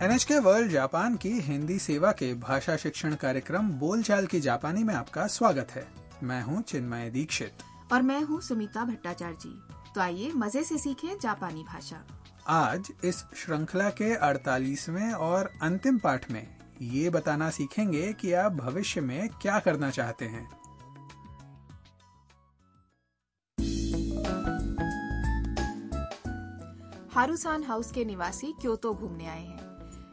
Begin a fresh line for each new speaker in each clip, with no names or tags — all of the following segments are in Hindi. NHK वर्ल्ड जापान की हिंदी सेवा के भाषा शिक्षण कार्यक्रम बोलचाल की जापानी में आपका स्वागत है मैं हूं चिन्मय दीक्षित
और मैं हूँ सुमिता भट्टाचार्य जी तो आइए मजे से सीखें जापानी भाषा
आज इस श्रृंखला के 48वें और अंतिम पाठ में ये बताना सीखेंगे कि आप भविष्य में क्या करना चाहते हैं
हारूसान हाउस के निवासी क्योतो घूमने आए हैं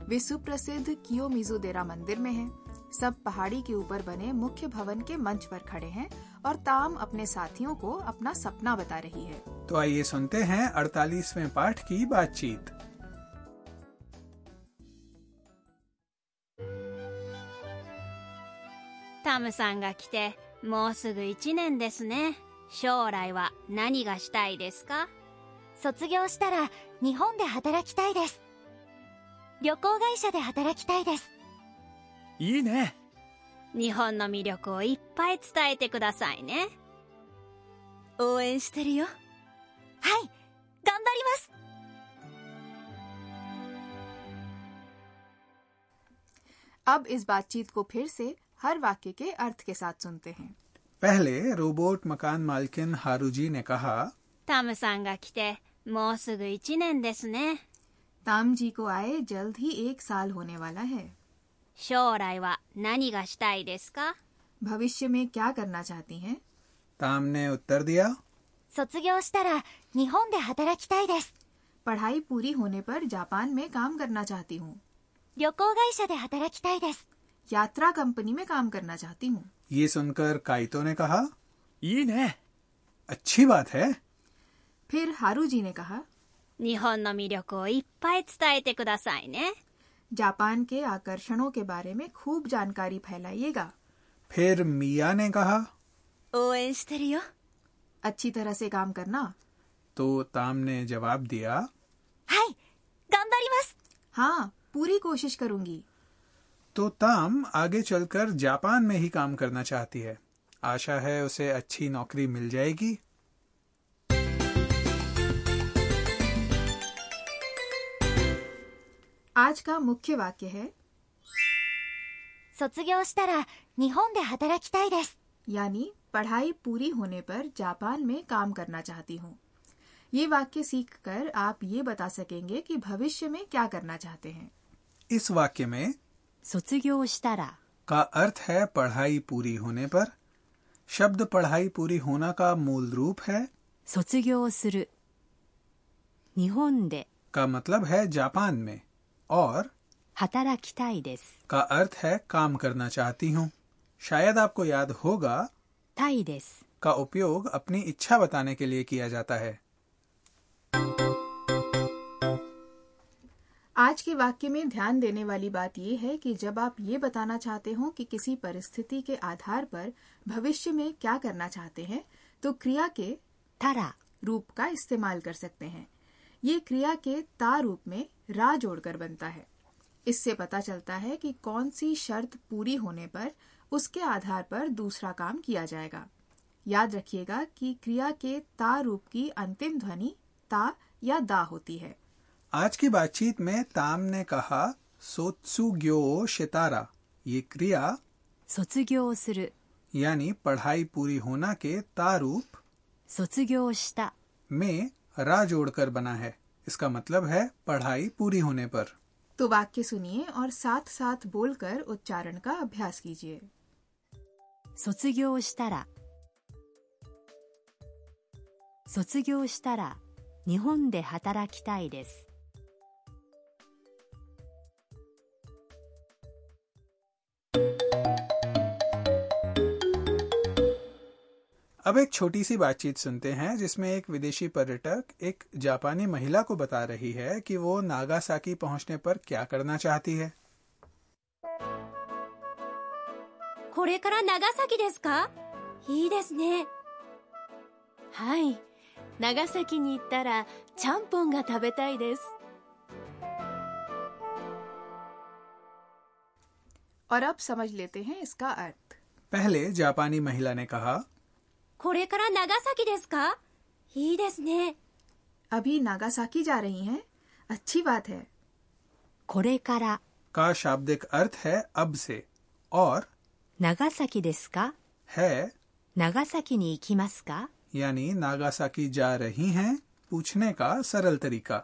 वे सुप्रसिद्ध कियोमिजू देरा मंदिर में हैं। सब पहाड़ी के ऊपर बने मुख्य भवन के मंच पर खड़े हैं और ताम अपने साथियों को अपना सपना बता रही है
तो आइए सुनते हैं 48वें पाठ की बातचीत
タムさんが来てもうすぐ1年ですね将来は何がしたいですか
卒業したら日本で働きたいです旅行会社で働きたいです
いいね
日本の魅力をいっぱい伝えてくださいね応援してるよ
はい頑張ります
अब इस बातचीत को फिर से हर वाक्य के अर्थ के साथ सुनते हैं
पहले रोबोट मकान मालकिन हारूजी ने कहा
タムさんが来てもうすぐ1年ですね
ताम जी को आए जल्द ही एक साल होने वाला है
将来は何がしたいですか
भविष्य में क्या करना चाहती हैं?
ताम ने उत्तर दिया
卒業したら日本で働きたいです
पढ़ाई पूरी होने पर जापान में काम करना चाहती हूँ
旅行会社で働きたいです
यात्रा कंपनी में काम करना चाहती हूँ
ये सुनकर काइतो ने कहा
いいね
अच्छी बात है
फिर हारू जी ने कहा
日本の魅力をいっぱい伝えてくださいね
जापान के आकर्षणों के बारे में खूब जानकारी फैलाइएगा
फिर मिया ने कहा
応援してるよ
अच्छी तरह से काम करना
तो ताम ने जवाब दिया
はい頑張ります
हाँ पूरी कोशिश करूंगी
तो ताम आगे चलकर जापान में ही काम करना चाहती है आशा है उसे अच्छी नौकरी मिल जाएगी
आज का मुख्य वाक्य है
卒業したら日本で働きたいです
यानी पढ़ाई पूरी होने पर जापान में काम करना चाहती हूँ ये वाक्य सीखकर आप ये बता सकेंगे कि भविष्य में क्या करना चाहते हैं
इस वाक्य में
卒業したら
का अर्थ है पढ़ाई पूरी होने पर शब्द पढ़ाई पूरी होना का मूल रूप है
卒業する日本で
का मतलब है जापान में और
働きたいです
का अर्थ है काम करना चाहती हूँ शायद आपको याद होगा
たいです
का उपयोग अपनी इच्छा बताने के लिए किया जाता है
आज के वाक्य में ध्यान देने वाली बात ये है कि जब आप ये बताना चाहते हो कि किसी परिस्थिति के आधार पर भविष्य में क्या करना चाहते हैं तो क्रिया के
たら
रूप का इस्तेमाल कर सकते हैं ये क्रिया के ता रूप में रा जोड़कर बनता है इससे पता चलता है कि कौन सी शर्त पूरी होने पर उसके आधार पर दूसरा काम किया जाएगा याद रखिएगा कि क्रिया के ता रूप की अंतिम ध्वनि ता या दा होती है
आज की बातचीत में ताम ने कहा सोत्सु ग्यो शितारा ये क्रिया
卒業する
यानी पढ़ाई पूरी होना के तारूप
卒業した
में रा जोड़कर बना है इसका मतलब है पढ़ाई पूरी होने पर
तो वाक्य सुनिए और साथ साथ बोलकर उच्चारण का अभ्यास कीजिए
卒業したら卒業したら日本で働きたいです
अब एक छोटी सी बातचीत सुनते हैं जिसमें एक विदेशी पर्यटक एक जापानी महिला को बता रही है कि वो नागासाकी पहुंचने पर क्या करना चाहती है
これから長崎ですかいいですね
はい長崎に行ったらちゃんぽんが食べたいです
और अब समझ लेते हैं इसका अर्थ
पहले जापानी महिला ने कहा
これから長崎ですかいいですね
अभी नागासाकी जा रही हैं अच्छी बात है
これから
का शाब्दिक अर्थ है अब से और
長崎ですか
है
長崎に行きますか
यानी नागासाकी जा रही हैं पूछने का सरल तरीका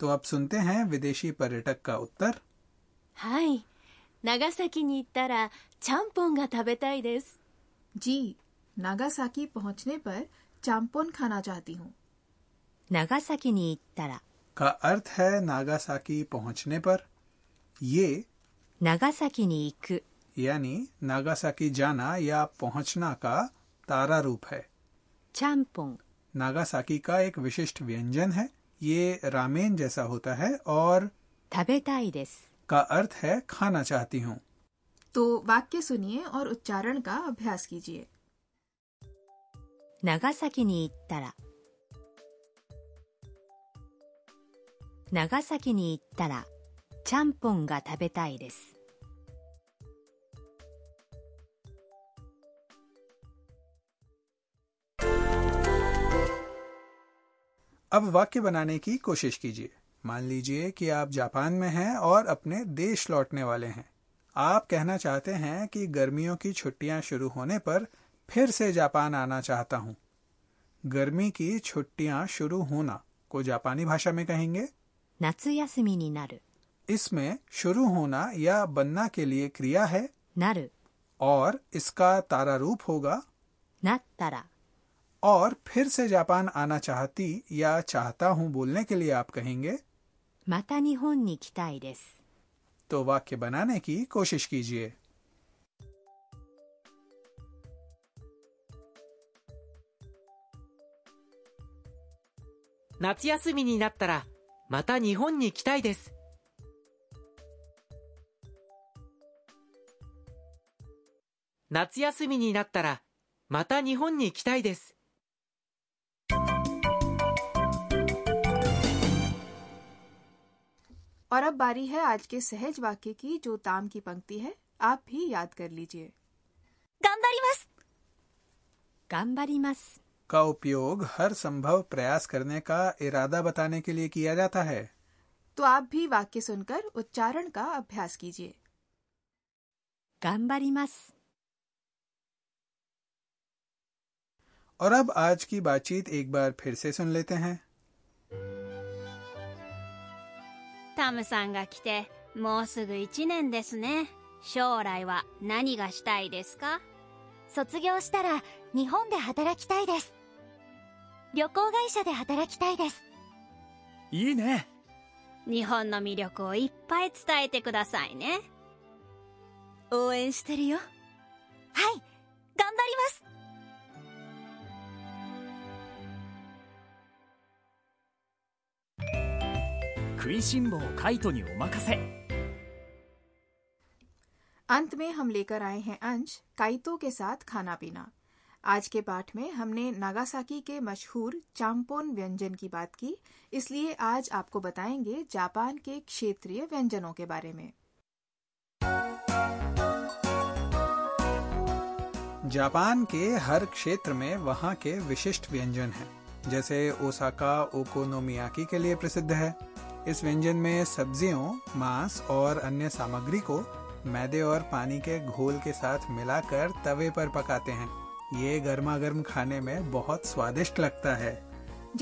तो अब सुनते हैं विदेशी पर्यटक का उत्तर
はい長崎に行ったらちゃんぽんが食べたいです
जी नागासाकी पहुंचने पर चाम्पोन खाना चाहती हूँ
長崎に行ったら
का अर्थ है नागासाकी पहुंचने पर ये
長崎に行く
यानी नागासाकी जाना या पहुंचना का तारा रूप है
ちゃんぽん
नागासाकी का एक विशिष्ट व्यंजन है ये रामेन जैसा होता है और
食べたいです
का अर्थ है खाना चाहती हूँ
तो वाक्य सुनिए और उच्चारण का अभ्यास कीजिए
長崎に行ったら長崎に行ったらちゃんぽんが食べたいです
अब वाक्य बनाने की कोशिश कीजिए मान लीजिए कि आप जापान में हैं और अपने देश लौटने वाले हैं आप कहना चाहते हैं कि गर्मियों की छुट्टियां शुरू होने पर फिर से जापान आना चाहता हूँ गर्मी की छुट्टियां शुरू होना को जापानी भाषा में कहेंगे
夏休みになる
इसमें शुरू होना या बनना के लिए क्रिया है
なる
और इसका तारा रूप होगा
なったら
और फिर से जापान आना चाहती या चाहता हूँ बोलने के लिए आप कहेंगे
また日本に来たいです
तो वाक्य बनाने की कोशिश कीजिए
夏休みになったらまた日本に来たいです夏休みになったらまた日本に来たいです
और अब बारी है आज के सहज वाक्य की जो ताम की पंक्ति है आप भी याद कर लीजिए
頑張ります
頑張ります
का उपयोग हर संभव प्रयास करने का इरादा बताने के लिए किया जाता है
तो आप भी वाक्य सुनकर उच्चारण का अभ्यास कीजिए
頑張ります
और अब आज की बातचीत एक बार फिर से सुन लेते हैं
タムさんが来てもうすぐ1年ですね将来は何がしたいですか
卒業したら日本で働きたいです旅行会社で働きたいです
いいね
日本の魅力をいっぱい伝えてくださいね
応援してるよはい頑張ります
食いしん坊カイトにお任せ
अंत में हम लेकर आए हैं अंश काइतो के साथ खाना पीना आज के पाठ में हमने नागासाकी के मशहूर चाम्पोन व्यंजन की बात की इसलिए आज आपको बताएंगे जापान के क्षेत्रीय व्यंजनों के बारे में
जापान के हर क्षेत्र में वहाँ के विशिष्ट व्यंजन हैं, जैसे ओसाका ओकोनोमियाकी के लिए प्रसिद्ध है इस व्यंजन में सब्जियों मांस और अन्य सामग्री को मैदे और पानी के घोल के साथ मिलाकर तवे पर पकाते हैं ये गर्मा गर्म खाने में बहुत स्वादिष्ट लगता है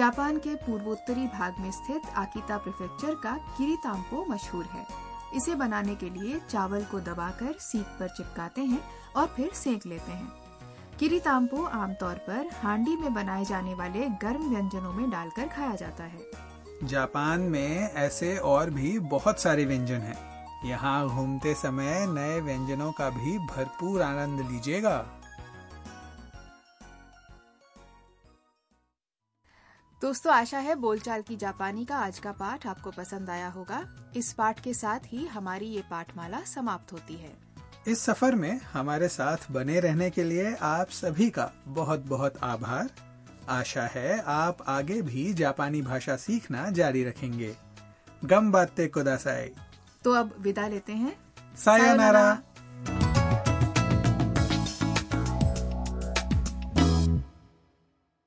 जापान के पूर्वोत्तरी भाग में स्थित आकिता प्रिफेक्चर का किरिताम्पो मशहूर है इसे बनाने के लिए चावल को दबाकर सीख पर चिपकाते हैं और फिर सेंक लेते हैं किरिताम्पो आमतौर पर हांडी में बनाए जाने वाले गर्म व्यंजनों में डालकर खाया जाता है
जापान में ऐसे और भी बहुत सारे व्यंजन हैं। यहाँ घूमते समय नए व्यंजनों का भी भरपूर आनंद लीजिएगा
दोस्तों आशा है बोलचाल की जापानी का आज का पाठ आपको पसंद आया होगा इस पाठ के साथ ही हमारी ये पाठमाला समाप्त होती है
इस सफर में हमारे साथ बने रहने के लिए आप सभी का बहुत बहुत आभार आशा है आप आगे भी जापानी भाषा सीखना जारी रखेंगे गम बातें कुदासाई
तो अब विदा लेते हैं
सायोनारा